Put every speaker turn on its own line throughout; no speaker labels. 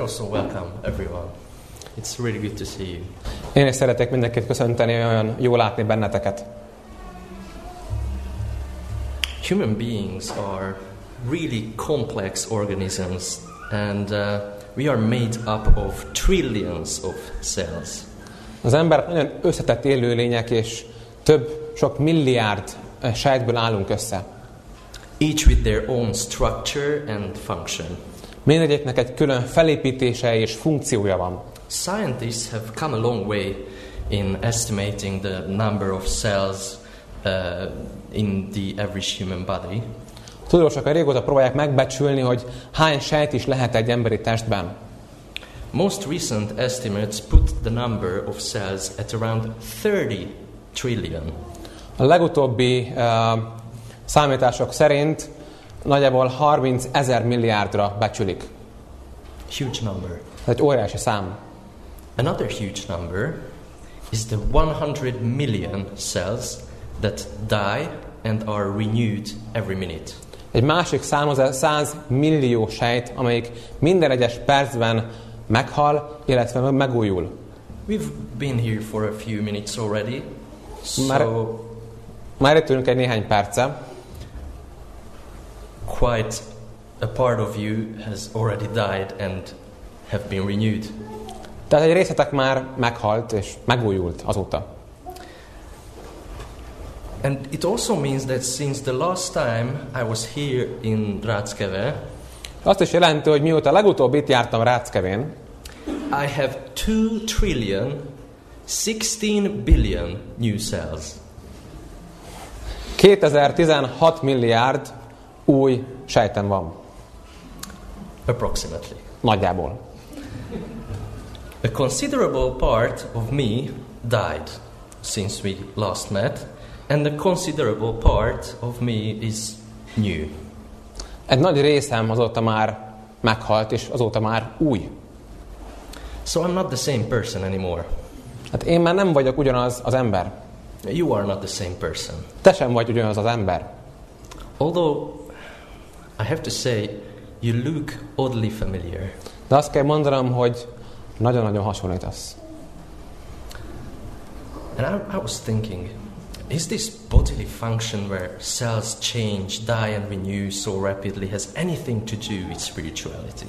also welcome everyone. It's really good to see you.
Én is szeretek mindenkit köszönteni, olyan jó látni benneteket.
Human beings are really complex organisms, and uh, we are made up of trillions of cells.
Az emberek nagyon összetett élőlények, és több, sok milliárd eh, sejtből állunk össze.
each with their own structure and function.
Mindegyiknek egy külön felépítése és funkciója van.
Scientists have come a long way in estimating the number of cells uh, in the average human body,
Tudósok a régóta próbálják megbecsülni, hogy hány sejt is lehet egy emberi testben.
Most recent estimates put the number of cells at around 30 trillion.
A legutóbbi uh, számítások szerint nagyjából 30 ezer milliárdra becsülik.
Huge number.
Ez egy óriási szám.
Another huge number is the 100 million cells that die and are renewed every minute.
Egy másik szám az a 100 millió sejt, amelyik minden egyes percben meghal, illetve megújul.
We've been here for a few minutes already, so
Mar- Már itt ülünk egy néhány perce.
quite a part of you has already died and have been renewed.
Tehát egy részletek már meghalt és megújult azóta.
And it also means that since the last time I was here in Ratskeve,
Azt is jelenti, hogy mióta legutóbb itt jártam Ráckevén,
I have 2 trillion 16 billion new cells.
2016 milliárd új sejtem van.
Approximately.
Nagyjából.
A considerable part of me died since we last met, and a considerable part of me is new.
Egy nagy részem azóta már meghalt, és azóta már új.
So I'm not the same person anymore.
Hát én már nem vagyok ugyanaz az ember.
You are not the same person.
Te sem vagy ugyanaz az ember.
Although I have to say, you look oddly familiar.
De azt kell mondanom, hogy nagyon-nagyon hasonlítasz.
And I, I was thinking, is this bodily function where cells change, die, and renew so rapidly has anything to do with spirituality?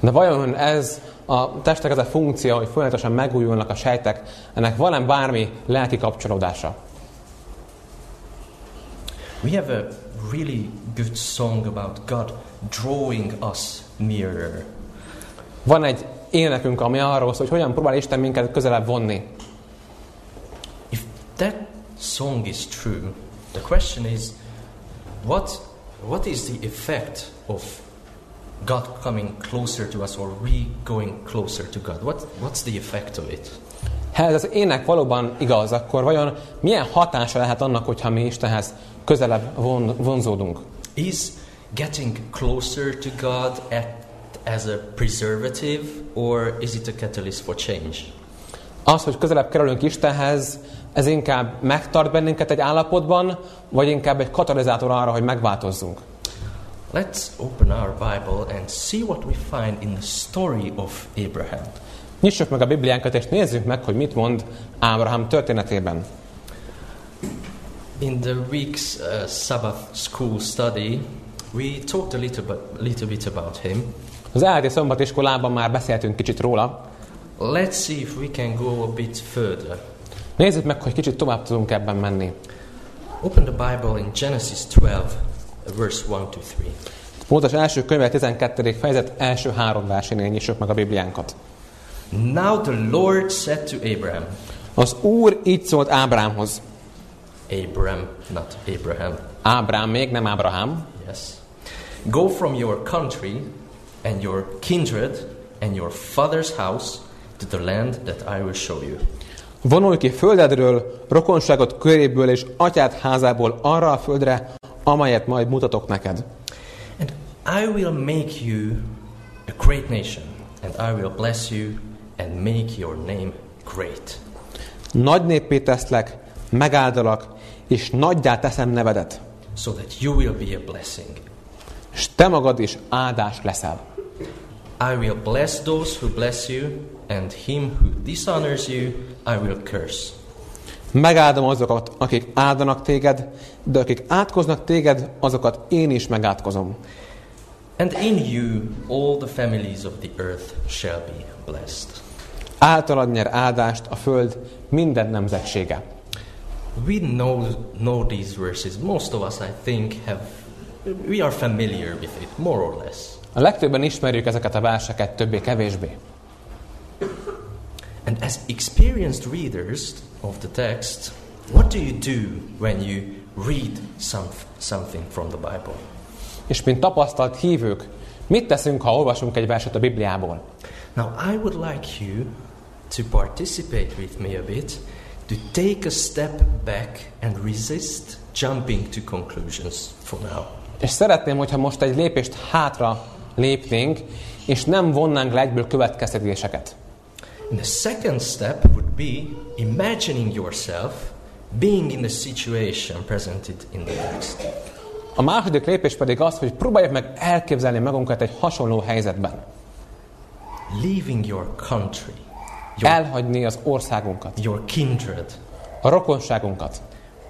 De vajon ez a testek ez a funkció, hogy folyamatosan megújulnak a sejtek, ennek van-e bármi lelki kapcsolódása?
We have a really good song about God drawing us nearer.
Van egy énekünk, ami arról szól, hogy hogyan próbál Isten minket közelebb vonni.
If that song is true, the question is what, what is the effect of God coming closer to us or we going closer to God? What, what's the effect of it?
Ha ez az ének valóban igaz, akkor vajon milyen hatása lehet annak, hogyha mi Istenhez közelebb von, vonzódunk?
Is getting closer to God at, as a preservative or is it a catalyst for change?
Az, hogy közelebb kerülünk Istenhez, ez inkább megtart bennünket egy állapotban, vagy inkább egy katalizátor arra, hogy megváltozzunk.
Let's open our Bible and see what we find in the story of Abraham.
Nyissuk meg a Bibliánkat, és nézzük meg, hogy mit mond Ábrahám történetében.
In the week's uh, Sabbath school study, we talked a little bit, little bit about him.
Az elheti szombatiskolában már beszéltünk kicsit róla.
Let's see if we can go a bit further.
Nézzük meg, hogy kicsit tovább tudunk ebben menni.
Open the Bible in Genesis 12, verse 1 to 3.
Mózes első könyve 12. fejezet első három versénél nyissuk meg a Bibliánkat.
Now the Lord said to Abraham,
Az Úr így szólt Ábrámhoz.
Abraham, not Abraham,
Ábrám még, nem Ábrahám.
yes. Go from your country and your kindred and your father's house to the land that I will show you.
Vonulj ki földedről, rokonságot köréből és atyád házából arra a földre, amelyet majd mutatok neked.
And I will make you a great nation, and I will bless you and make your name great,
Nagy néppé teszlek, megáldalak, és nagyjá teszem nevedet,
so that you will be a blessing.
és te magad is áldás leszel.
I will bless those who bless you, and him who dishonors you, I will curse.
Megáldom azokat, akik áldanak téged, de akik átkoznak téged, azokat én is megátkozom.
And in you all the families of the earth shall be blessed.
Általad nyer áldást a föld minden nemzetsége.
We know, know these verses. Most of us, I think, have we are familiar with it, more or less.
A legtöbben ismerjük ezeket a verseket többé-kevésbé.
And as experienced readers of the text, what do you do when you read some, something from the Bible?
És mint tapasztalt hívők, mit teszünk, ha olvasunk egy verset a Bibliából?
Now, I would like you to participate with me a bit, to take a step back and resist jumping to conclusions for now.
És szeretném, hogyha most egy lépést hátra lépnénk, és nem vonnánk le egyből következtetéseket.
And the second step would be imagining yourself being in the situation presented in the text.
A második lépés pedig az, hogy próbáljuk meg elképzelni magunkat egy hasonló helyzetben.
Leaving your country, your,
Elhagyni az országunkat,
your kindred.
a rokonságunkat.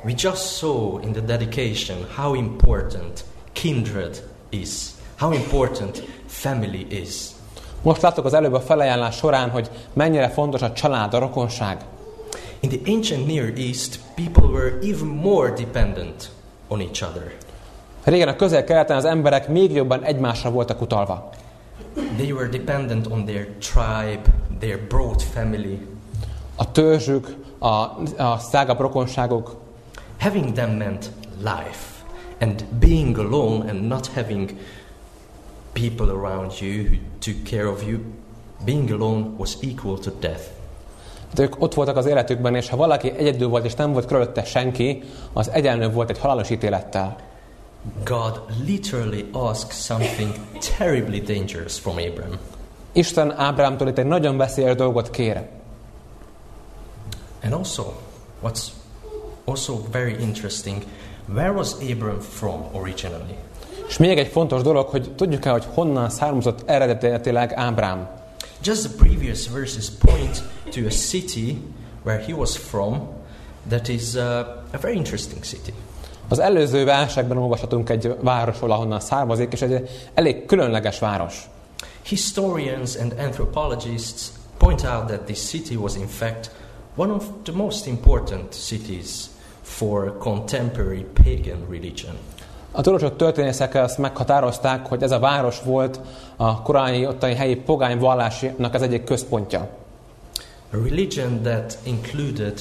We just saw in the dedication how important kindred is, how important family is.
Most láttuk az előbb a felajánlás során, hogy mennyire fontos a család, a rokonság.
In the ancient Near East, people were even more dependent on each other.
Régen a közel-keleten az emberek még jobban egymásra voltak utalva.
They were dependent on their tribe, their broad family.
A törzsük, a, a szágabb rokonságok,
Having them meant life, and being alone and not having people around you who took care of you, being alone was equal to death.
Hát ők ott voltak az életükben, és ha valaki egyedül volt, és nem volt körülötte senki, az egyenlő volt egy halálos ítélettel.
God literally asks something terribly dangerous from Abram.
Isten Ábrámtól itt egy nagyon veszélyes dolgot kér.
And also, what's also very interesting, where was Abram from originally?
És még egy fontos dolog, hogy tudjuk-e, hogy honnan származott eredetileg Ábrám.
Just the previous verses point to a city where he was from that is uh, a very interesting city.
Az előző versekben olvashatunk egy városról, ahonnan származik, és egy elég különleges város.
Historians and anthropologists point out that this city was, in fact, one of the most important cities for contemporary pagan religion.
A tudósok történészek azt meghatározták, hogy ez a város volt a korányi ottani helyi pogány vallásnak az egyik központja.
A religion that included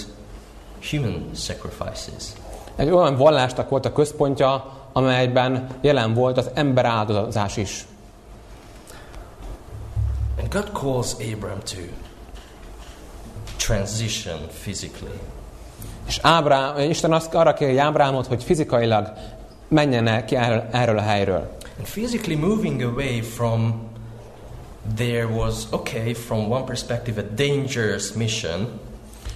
human sacrifices.
Egy olyan vallásnak volt a központja, amelyben jelen volt az emberáldozás is.
And God calls Abram to transition physically.
És Ábrám, Isten azt arra kéri Ábrámot, hogy fizikailag menjen el ki erről, erről a helyről.
And physically moving away from there was, okay, from one perspective, a dangerous mission.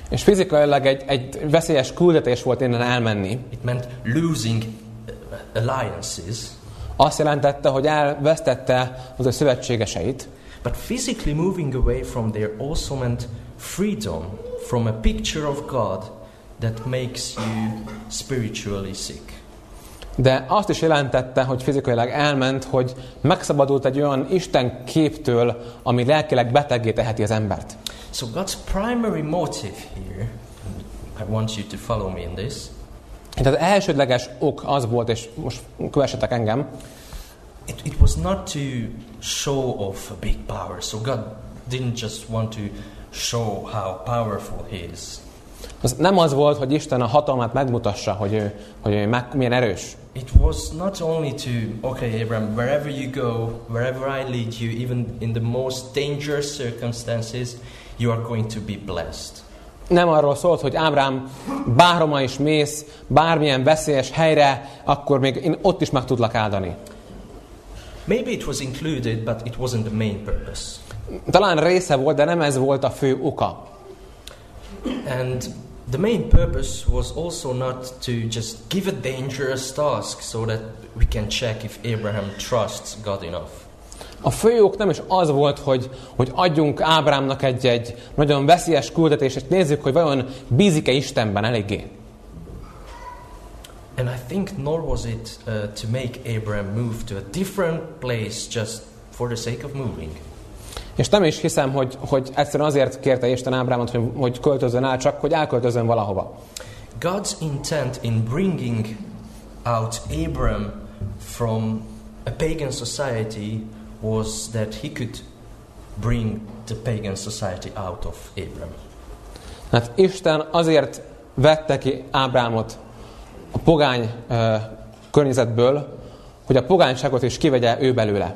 És fizikailag egy, egy veszélyes küldetés volt innen elmenni.
It meant losing uh, alliances.
Azt jelentette, hogy elvesztette az ő szövetségeseit,
But physically moving away from there also meant freedom from a picture of God that makes you spiritually sick.
de azt is jelentette, hogy fizikailag elment, hogy megszabadult egy olyan Isten képtől, ami lelkileg betegé teheti az embert.
So God's primary motive here, I want you to follow me in this,
Tehát az elsődleges ok az volt, és most kövessetek engem,
It, it was not to show off a big power. So God didn't just want to show how powerful He is.
az nem az volt, hogy Isten a hatalmát megmutassa, hogy ő, hogy ő meg, milyen erős,
It was not only to, okay, Abram, wherever you go, wherever I lead you, even in the most dangerous circumstances, you are going to be blessed.
Nem arról szólt, hogy Ábrám, bárhova is mész, bármilyen veszélyes helyre, akkor még én ott is meg tudlak áldani.
Maybe it was included, but it wasn't the main purpose.
Talán része volt, de nem ez volt a fő oka.
And the main purpose was also not to just give a dangerous task so that we can check if Abraham trusts God enough.
A fő ok nem is az volt, hogy, hogy adjunk Ábrámnak egy-egy nagyon veszélyes küldetést, és nézzük, hogy vajon bízik-e Istenben eléggé.
And I think nor was it uh, to make Abraham move to a different place just for the sake of moving.
És nem is hiszem, hogy, hogy egyszerűen azért kérte Isten Ábrámot, hogy, hogy költözön el, csak hogy elköltözön valahova.
God's intent in bringing out Abram from a pagan society was that he could bring the pagan society out of Abram.
Hát Isten azért vette ki Ábrámot a pogány ö, környezetből, hogy a pogányságot is kivegye ő belőle.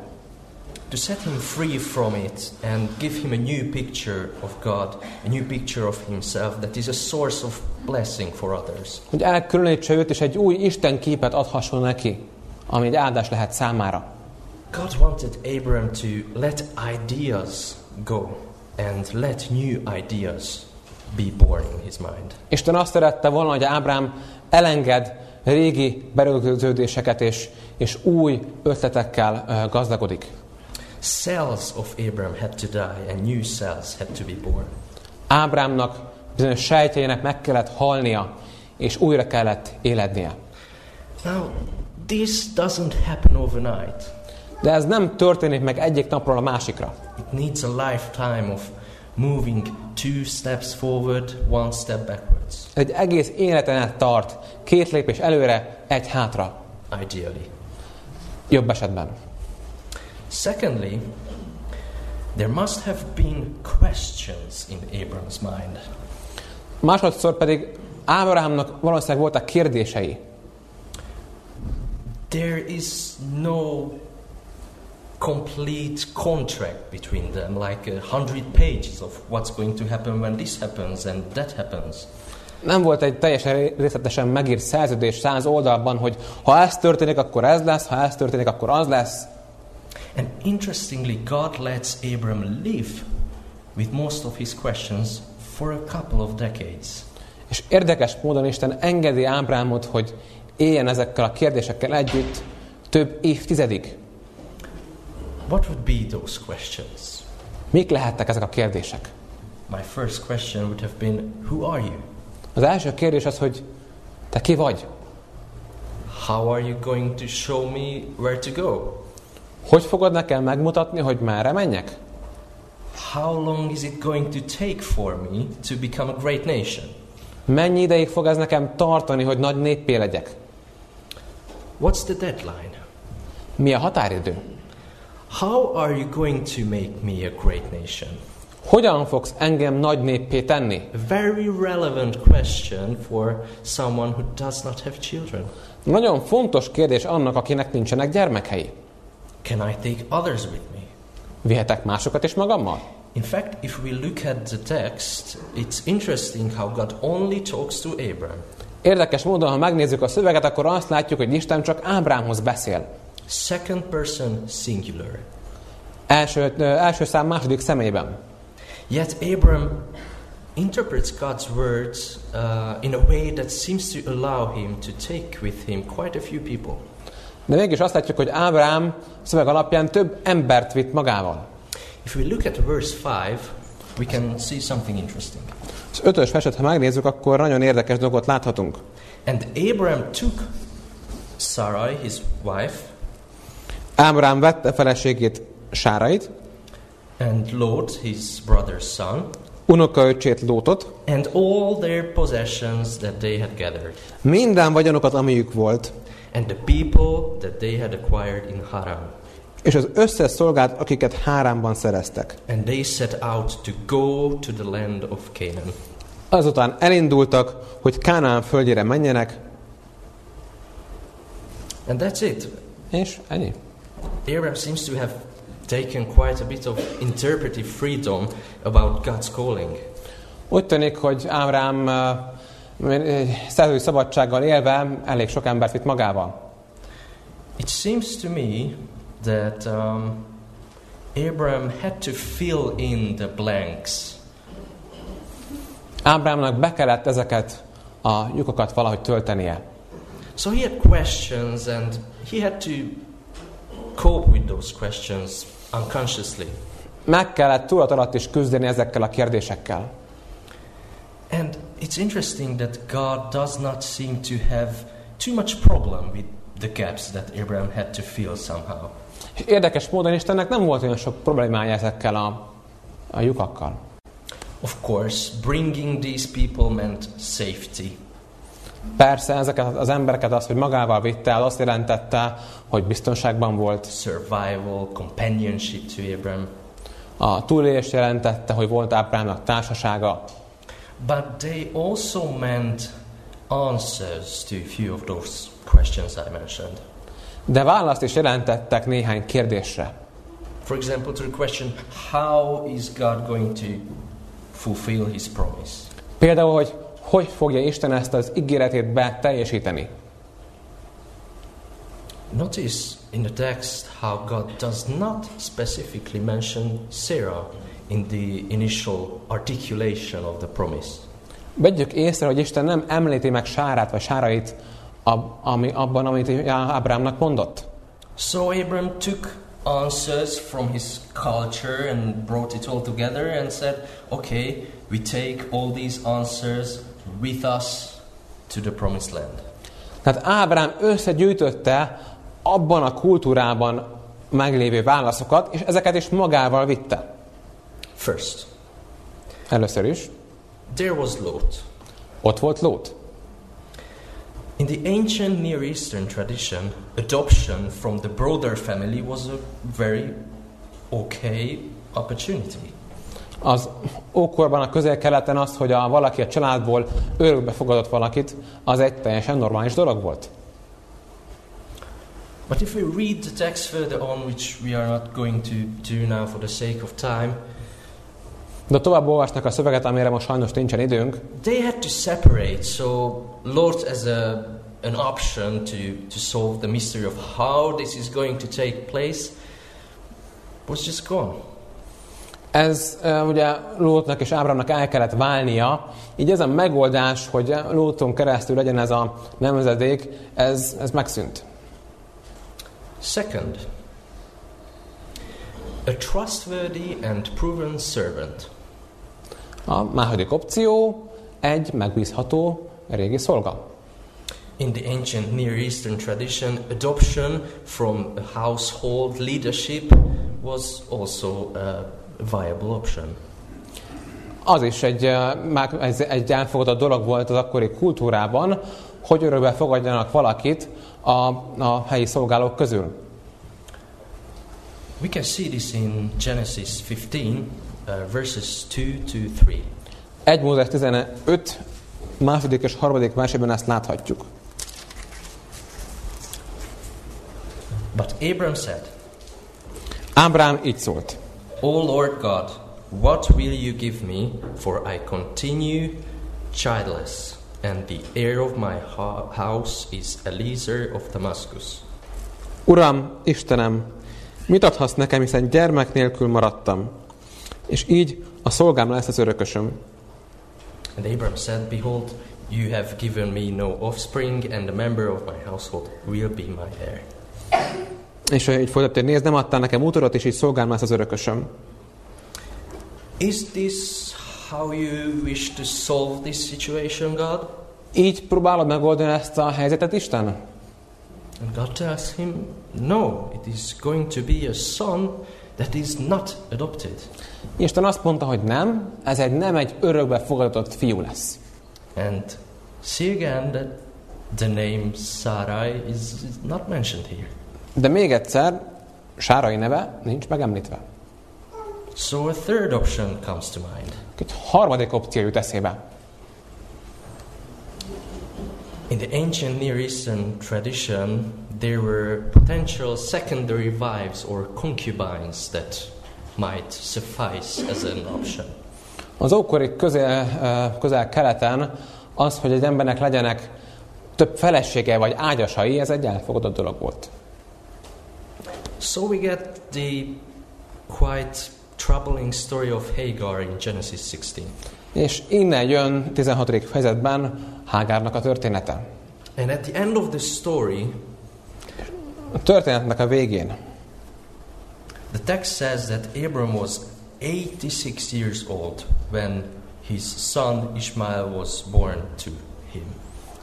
To set him free from it and give him a new picture of God, a new picture of himself that is a source of blessing for others.
Hogy elkülönítse őt, és egy új Isten képet adhasson neki, ami egy áldás lehet számára.
God wanted Abram to let ideas go and let new ideas be born in his mind.
Isten azt szerette volna, hogy Ábrám elenged régi berögződéseket, és, és új ötletekkel ö, gazdagodik.
Cells of Abram had to die and new cells had to be born.
Ábrámnak bizonyos sejtjeinek meg kellett halnia, és újra kellett élednie.
Now, this doesn't happen overnight.
De ez nem történik meg egyik napról a másikra.
It needs a lifetime of moving two steps forward, one step backwards,
Egy egész életen át tart, két lépés előre, egy hátra,
ideally.
jobb esetben.
Secondly, there must have been questions in Abram's mind.
Másodszor pedig Ábrahámnak valószínűleg voltak kérdései.
There is no complete contract between them, like a hundred pages of what's going to happen when this happens and that happens.
Nem volt egy teljesen ré- részletesen megírt szerződés száz oldalban, hogy ha ez történik, akkor ez lesz, ha ez történik, akkor az lesz.
And interestingly, God lets Abram live with most of his questions for a couple of decades.
És érdekes módon Isten engedi Ábrámot, hogy éljen ezekkel a kérdésekkel együtt több évtizedig.
What would be those questions?
Mik lehettek ezek a kérdések?
My first question would have been Who are you?
Az első kérdés az, hogy te ki vagy?
How are you going to show me where to go?
Hogy fogod nekem megmutatni, hogy merre menjek?
How long is it going to take for me to become a great nation?
Mennyi ideig fog ez nekem tartani, hogy nagy néppé legyek?
What's the deadline?
Mi a határidő?
How are you going to make me a great nation?
Hogyan fogsz engem nagy néppé tenni?
A very relevant question for someone who does not have children.
Nagyon fontos kérdés annak, akinek nincsenek gyermekei.
Can I take others with me?
Vihetek másokat is magammal?
In fact, if we look at the text, it's interesting how God only talks to Abram.
Érdekes módon, ha megnézzük a szöveget, akkor azt látjuk, hogy Isten csak Ábrámhoz beszél.
Second person singular.
Első, ö, első szám második személyben.
Yet Abram interprets God's words uh, in a way that seems to allow him to take with him quite a few people.
De mégis azt látjuk, hogy Ábrám szöveg alapján több embert vitt magával.
If we look at verse 5, we can see something interesting.
Az ötös verset, ha megnézzük, akkor nagyon érdekes dolgot láthatunk.
And Abram took Sarai, his wife,
Ábrám vette feleségét Sárait,
and Lot, his brother's son,
unokaöcsét Lótot,
and all their possessions that they had gathered,
minden vagyonokat, amiük volt,
and the people that they had acquired in Haran.
és az összes szolgát, akiket Hárámban szereztek.
And they set out to go to the land of Canaan.
Azután elindultak, hogy Kánaán földjére menjenek,
And that's it.
és ennyi.
Abraham seems to have taken quite a bit of interpretive freedom about God's calling.
Úgy tűnik, hogy Ábrám ö, ö, szerzői szabadsággal élve elég sok embert vitt magával.
It seems to me that um, Abraham had to fill in the blanks.
Ábrámnak be kellett ezeket a lyukokat valahogy töltenie.
So he had questions and he had to cope with those questions unconsciously.
Meg kellett tudat alatt is küzdeni ezekkel a kérdésekkel.
And it's interesting that God does not seem to have too much problem with the gaps that Abraham had to fill somehow.
És érdekes módon Istennek nem volt olyan sok problémája ezekkel a, a lyukakkal.
Of course, bringing these people meant safety.
Persze ezeket az embereket az, hogy magával vitte el, azt jelentette, hogy biztonságban volt.
survival, companionship to Abraham.
A túlélést jelentette, hogy volt Ábrámnak társasága.
But they also meant answers to a few of those questions I mentioned.
De választ is jelentettek néhány kérdésre.
For example, to the question, how is God going to fulfill his promise?
Például, hogy hogy fogja Isten ezt az ígéretét be teljesíteni.
Notice in the text how God does not specifically mention Sarah in the initial articulation of the promise.
Vegyük észre, hogy Isten nem említi meg Sárát vagy Sárait ab, ami, abban, amit Ábrámnak mondott.
So Abram took answers from his culture and brought it all together and said, okay, we take all these answers with us to the promised land.
Tehát Ábrám összegyűjtötte abban a kultúrában meglévő válaszokat, és ezeket is magával vitte.
First,
Először is
there was Lot.
ott volt Lót.
In the ancient Near Eastern tradition, adoption from the broader family was a very okay opportunity.
Az ókorban, a közel-keleten az, hogy a valaki a családból örökbe fogadott valakit, az egy teljesen normális dolog volt.
But if we read the text further on, which we are not going to do now for the sake of time,
De tovább olvasnak a szöveget, amire most sajnos nincsen időnk.
they had to separate. So Lord, as a an option to to solve the mystery of how this is going to take place, was just gone.
Ez e, ugye Lótnak és Ábrámnak el kellett válnia, így ez a megoldás, hogy Lóton keresztül legyen ez a nemzedék, ez, ez megszűnt.
Second, a trustworthy and proven servant.
A második opció egy megbízható régi szolga.
In the ancient Near Eastern tradition, adoption from a household leadership was also a viable option.
Az is egy, eh, meg- ez egy elfogadott dolog volt az akkori kultúrában, hogy örökbe fogadjanak valakit a, a helyi szolgálók közül.
We can see this in Genesis 15, uh, verses 2 to 3.
1 Mózes 15, második és harmadik versében ezt láthatjuk.
But Abram said,
Ábrám így szólt.
O Lord God, what will you give me? For I continue childless, and the heir of my ho- house is Eliezer of Damascus.
Uram, Istenem, mit adhatsz nekem, hiszen gyermek nélkül maradtam, és így a szolgám lesz az örökösöm.
And Abram said, Behold, you have given me no offspring, and a member of my household will be my heir.
És ő így folytatja, nézd, nem adtál nekem útodat, és így szolgám lesz az örökösöm.
Is this how you wish to solve this situation, God?
Így próbálod megoldani ezt a helyzetet, Isten?
And God tells him, No, it is going to be a son that is not adopted.
Isten azt mondta, hogy nem, ez egy nem egy örökbe fogadott fiú lesz.
And see again that the name Sarai is, is not mentioned here.
De még egyszer, Sárai neve nincs megemlítve.
So a third option comes to mind.
Egy harmadik opció jut eszébe.
In the ancient Near Eastern tradition, there were potential secondary wives or concubines that might suffice as an option.
Az ókori közel, közel-keleten az, hogy egy embernek legyenek több felesége vagy ágyasai, ez egy elfogadott dolog volt.
So we get the quite troubling story of Hagar in Genesis 16.
És innen jön 16. fejezetben Hágárnak a története.
And at the end of the story,
A történetnek a végén
The text says that Abram was 86 years old when his son Ishmael was born to him.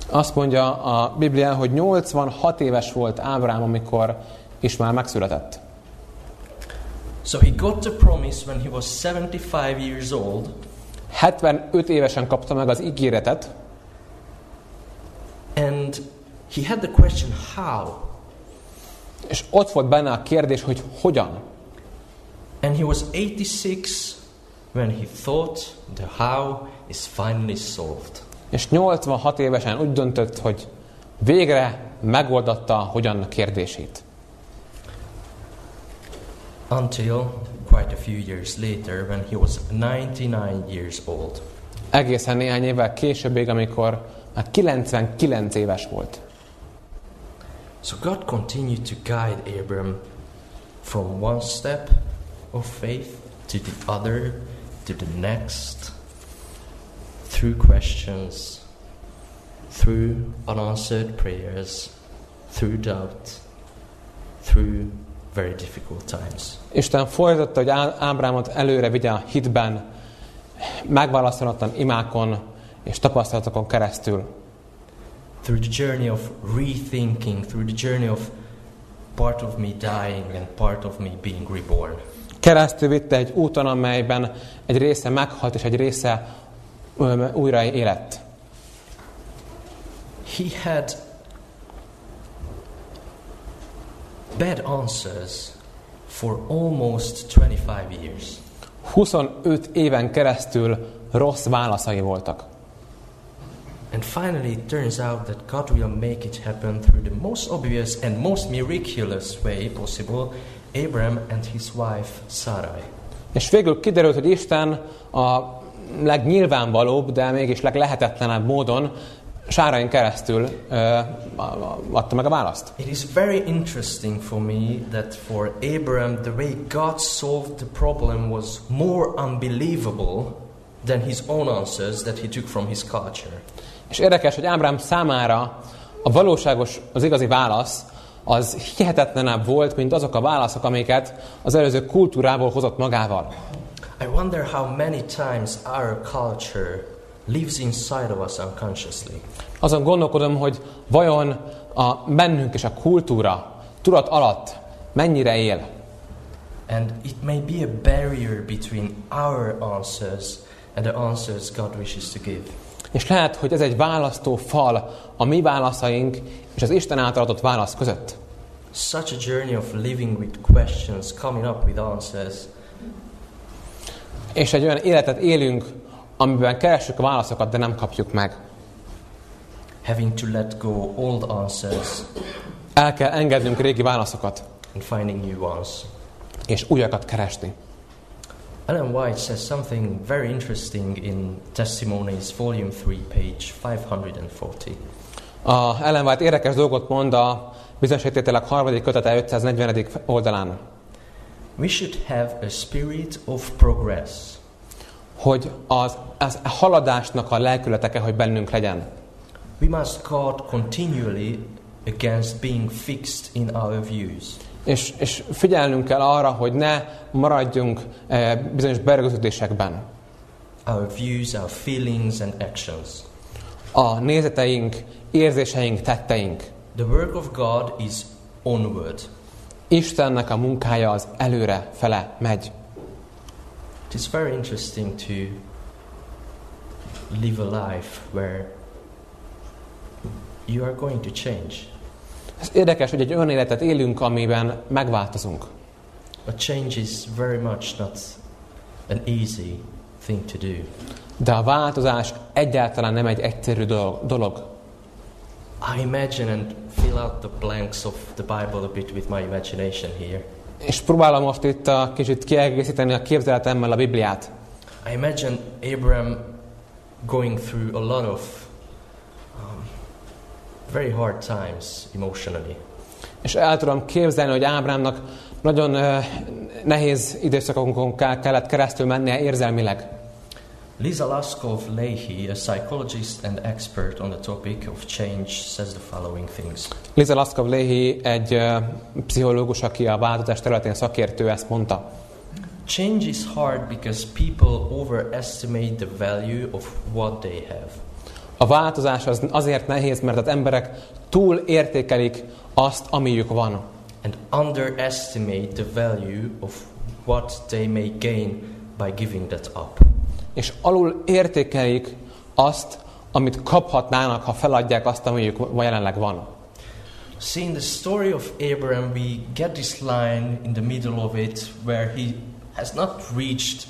Azt mondja a Biblia, hogy 86 éves volt Ábrám, amikor Ismár megszületett.
So he got the promise when he was 75 years old,
75 évesen kapta meg az ígéretet,
and he had the question how?
és ott volt benne a kérdés, hogy hogyan.
And he was 86 when he thought the how is finally solved.
És 86 évesen úgy döntött, hogy végre megoldotta a hogyan kérdését.
Until quite a few years later, when he was 99 years old.
Egészen néhány évvel későbbig, amikor már 99 éves volt.
So God continued to guide Abram from one step of faith to the other, to the next, through questions, through unanswered prayers, through doubt, through very difficult times.
Isten folytatta, hogy Á- Ábrámot előre vigye a hitben, megválaszolatlan imákon és tapasztalatokon keresztül.
Through the journey of rethinking, through the journey of part of me dying and part of me being reborn.
Keresztül vitte egy úton, amelyben egy része meghalt, és egy része ö, újra érett.
He had bad answers for almost 25 years.
25 éven keresztül rossz válaszai voltak.
And finally, it turns out that God will make it happen through the most obvious and most miraculous way possible Abram and his wife Sarai.
És végül kiderült, hogy Isten a legnyilvánvalóbb, de mégis leglehetetlenebb módon Sárain keresztül ö, a- a- adta meg a választ.
It is very interesting for me that for Abram, the way God solved the problem was more unbelievable than his own answers that he took from his culture.
És érdekes, hogy Ábrám számára a valóságos, az igazi válasz az hihetetlenebb volt, mint azok a válaszok, amiket az előző kultúrából hozott magával.
I wonder how many times our culture lives inside of us unconsciously.
Azon gondolkodom, hogy vajon a bennünk és a kultúra tudat alatt mennyire él.
And it may be a barrier between our answers and the answers God wishes to give.
És lehet, hogy ez egy választó fal a mi válaszaink és az Isten által adott válasz között.
Such a journey of living with questions, coming up with answers,
És egy olyan életet élünk, amiben keressük a válaszokat, de nem kapjuk meg.
having to let go old answers
El kell engednünk régi válaszokat,
and finding new ones.
és újakat keresni.
Ellen White says something very interesting in Testimonies, Volume 3, page 540.
A Ellen White érdekes dolgot mond a bizonyságtételek harmadik kötete 540. oldalán,
We should have a spirit of progress.
hogy az, az a haladásnak a lelkületeke, hogy bennünk legyen.
We must guard continually against being fixed in our views.
És, és figyelnünk kell arra, hogy ne maradjunk eh, bizonyos berögződésekben.
Our views, our feelings, and actions.
A nézeteink, érzéseink, tetteink.
The work of God is onward.
Istennek a munkája az előre fele megy.
It is very interesting to live a life where you are going to change.
Ez érdekes, hogy egy olyan életet élünk, amiben megváltozunk.
But change is very much not an easy thing to do.
De a változás egyáltalán nem egy egyszerű dolog. dolog.
I imagine and fill out the blanks of the Bible a bit with my imagination here.
És próbálom most itt a kicsit kiegészíteni a képzeletemmel a Bibliát.
I imagine Abram going through a lot of um, very hard times emotionally.
És el tudom képzelni, hogy Ábrámnak e, nagyon eh, nehéz időszakokon kell- kellett keresztül mennie érzelmileg.
Lisa Laskov Leahy, a psychologist and expert on the topic of change, says the following things.
Liza Laskov Leahy egy ö, pszichológus, aki a változás területén szakértő, ezt mondta.
Change is hard because people overestimate the value of what they have.
A változás az azért nehéz, mert az emberek túl értékelik azt, amiük van,
and underestimate the value of what they may gain by giving that up.
és alul értékelik azt, amit kaphatnának, ha feladják azt, amiük va- jelenleg van.
See, in the story of Abraham, we get this line in the middle of it where he has not reached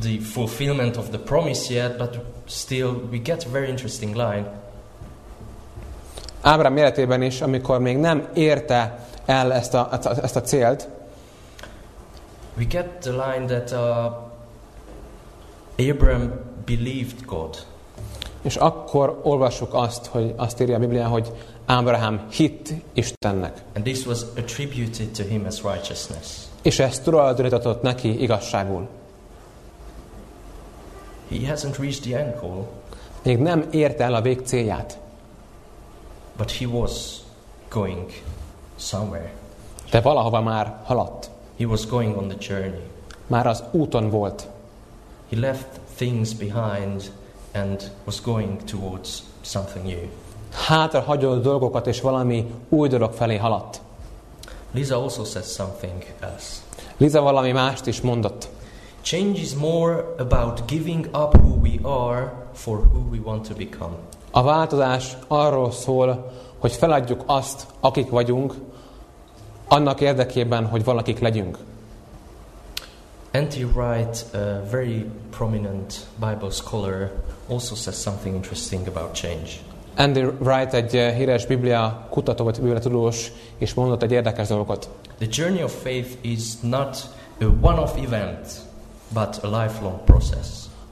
the fulfillment of the promise yet, but still we get a very interesting line.
Ábrám életében is, amikor még nem érte el ezt a, ezt a célt,
We get the line that uh, Abraham believed God.
és akkor olvassuk azt, hogy azt írja a Biblia, hogy Ábrahám hitt Istennek,
And this was attributed to him as righteousness.
és ezt tulajdonítatott neki igazságul.
He hasn't reached the end goal,
Még nem érte el a vég célját,
but he was going somewhere.
de valahova már haladt,
He was going on the journey.
már az úton volt,
He left things behind and was going towards something new.
hátra hagyott dolgokat, és valami új dolog felé haladt.
Lisa also says something else.
Liza valami mást is mondott.
Change is more about giving up who we are for who we want to become.
A változás arról szól, hogy feladjuk azt, akik vagyunk, annak érdekében, hogy valakik legyünk.
N.T. Wright, a very prominent Bible scholar, also says something interesting about change.
Andy Wright egy eh, híres biblia kutató vagy biblia tudós is mondott egy érdekes dolgot.
The journey of faith is not a one off event, but a lifelong process.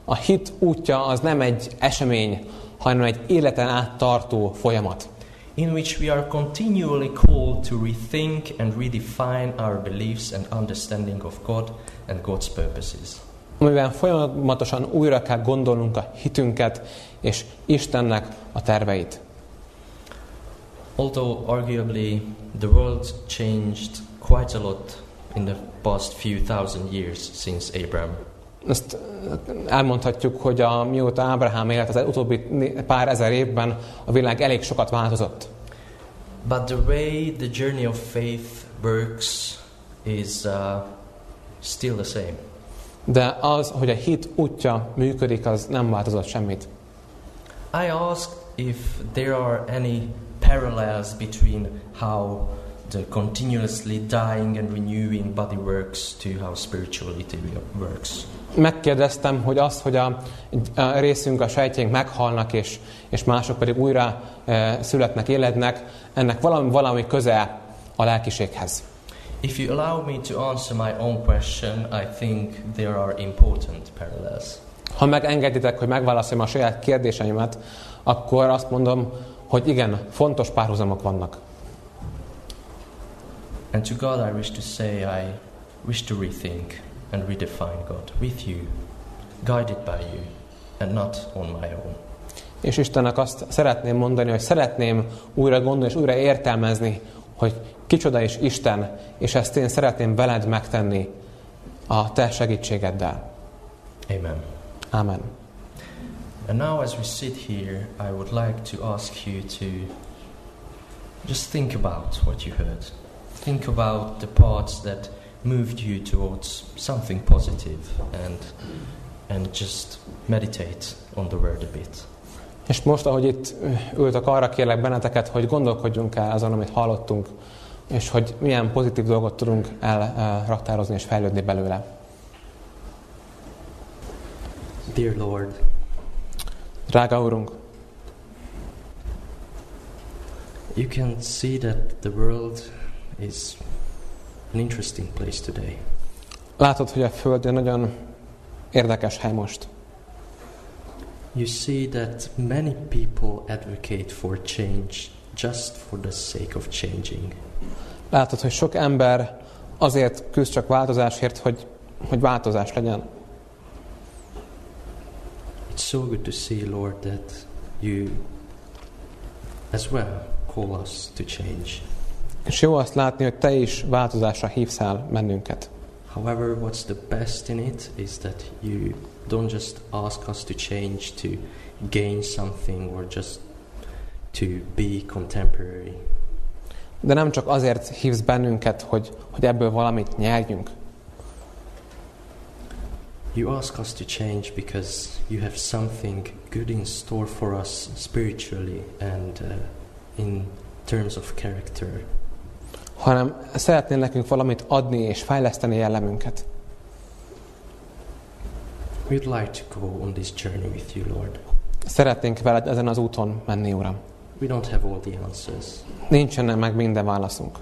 A hit útja az nem egy esemény, hanem egy életen át tartó folyamat,
in which we are continually called to rethink and redefine our beliefs and understanding of God and God's purposes.
amiben folyamatosan újra kell gondolnunk a hitünket és Istennek a terveit.
Although arguably the world changed quite a lot in the past few thousand years since Abraham,
Ezt eh, elmondhatjuk, hogy a, mióta Ábrahám élt az utóbbi né- pár ezer évben a világ elég sokat változott.
but the way the journey of faith works is uh, still the same.
De az, hogy a hit útja működik, az nem változott semmit.
I asked if there are any parallels between how the continuously dying and renewing body works to how spirituality works.
Megkérdeztem, hogy az, hogy a, a részünk, a sejtjénk meghalnak, és, és mások pedig újra e, születnek, életnek, ennek valami, valami köze a lelkiséghez.
If you allow me to answer my own question, I think there are important parallels.
Ha megengeditek, hogy megválaszoljam a saját kérdéseimet, akkor azt mondom, hogy igen, fontos párhuzamok vannak.
And to God, I wish to say I wish to rethink and redefine God with you, guided by you, and not on my own.
És Istennek azt szeretném mondani, hogy szeretném újra gondolni és újra értelmezni, hogy kicsoda is Isten, és ezt én szeretném veled megtenni a te segítségeddel.
Amen.
Amen.
And now, as we sit here, I would like to ask you to just think about what you heard. Think about the parts that moved you towards something positive and, and just meditate on the word a bit.
És most, ahogy itt ültök, arra kérlek benneteket, hogy gondolkodjunk el azon, amit hallottunk, és hogy milyen pozitív dolgot tudunk elraktározni és fejlődni belőle.
Dear Lord,
Drága Úrunk,
you can see that the world is an interesting place today.
látod, hogy a Föld egy nagyon érdekes hely most.
You see that many people advocate for change just for the sake of changing.
Látod, hogy sok ember azért küzd csak változásért, hogy, hogy változás legyen.
It's so good to see, Lord, that you as well call us to change.
És jó azt látni, hogy te is változásra hívsz el bennünket.
However, what's the best in it is that you don't just ask us to change to gain something or just to be contemporary.
De nem csak azért hívsz bennünket, hogy, hogy ebből valamit nyerjünk,
You ask us to change because you have something good in store for us spiritually and uh, in terms of character.
hanem szeretnél nekünk valamit adni és fejleszteni jellemünket.
We'd like to go on this journey with you, Lord.
Szeretnénk veled ezen az úton menni, Uram.
We don't have all the answers,
Nincsen meg minden válaszunk.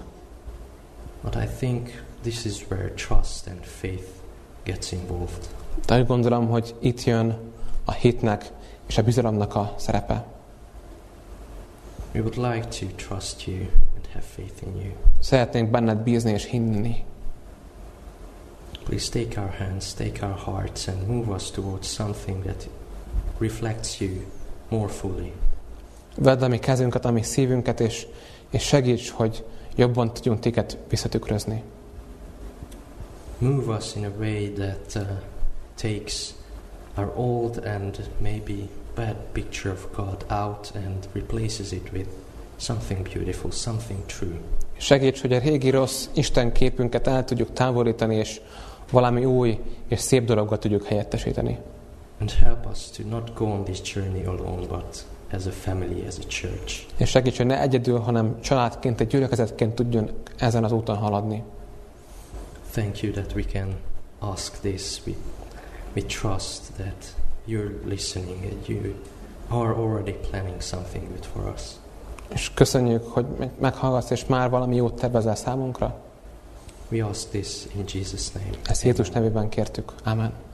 but I think this is where trust and faith gets involved.
De úgy gondolom, hogy itt jön a hitnek és a bizalomnak a szerepe.
We would like to trust you and have faith in you.
Szeretnénk benned bízni és hinni.
Please take our hands, take our hearts, and move us towards something that reflects you more fully.
Vedd a mi kezünket, a mi szívünket, és, és segíts, hogy jobban tudjunk tiket visszatükrözni.
move us in a way that uh, takes our old and maybe bad picture of God out and replaces it with something beautiful, something true.
Segíts, hogy a régi rossz Isten képünket el tudjuk távolítani, és valami új és szép dologgal tudjuk helyettesíteni.
And help us to not go on this journey alone, but as a family, as a church.
És segíts, hogy ne egyedül, hanem családként, egy gyülekezetként tudjon ezen az úton haladni.
Thank you that we can ask this. We, we trust that you're listening and you are already planning something good for us.
És köszönjük, hogy me- meghallgatsz, és már valami jót tervezel számunkra.
We ask this in Jesus' name.
Ezt Jézus nevében kértük. Amen.